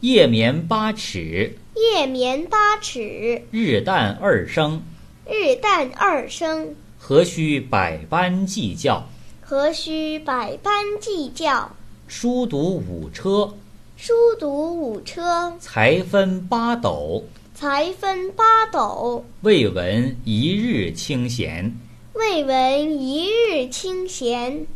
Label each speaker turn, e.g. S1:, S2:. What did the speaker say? S1: 夜眠八尺，
S2: 夜眠八尺，
S1: 日啖二升，
S2: 日啖二升，
S1: 何须百般计较？
S2: 何须百般计较？
S1: 书读五车，
S2: 书读五车，
S1: 才分八斗，
S2: 才分八斗，
S1: 未闻一日清闲。
S2: 未闻一日清闲。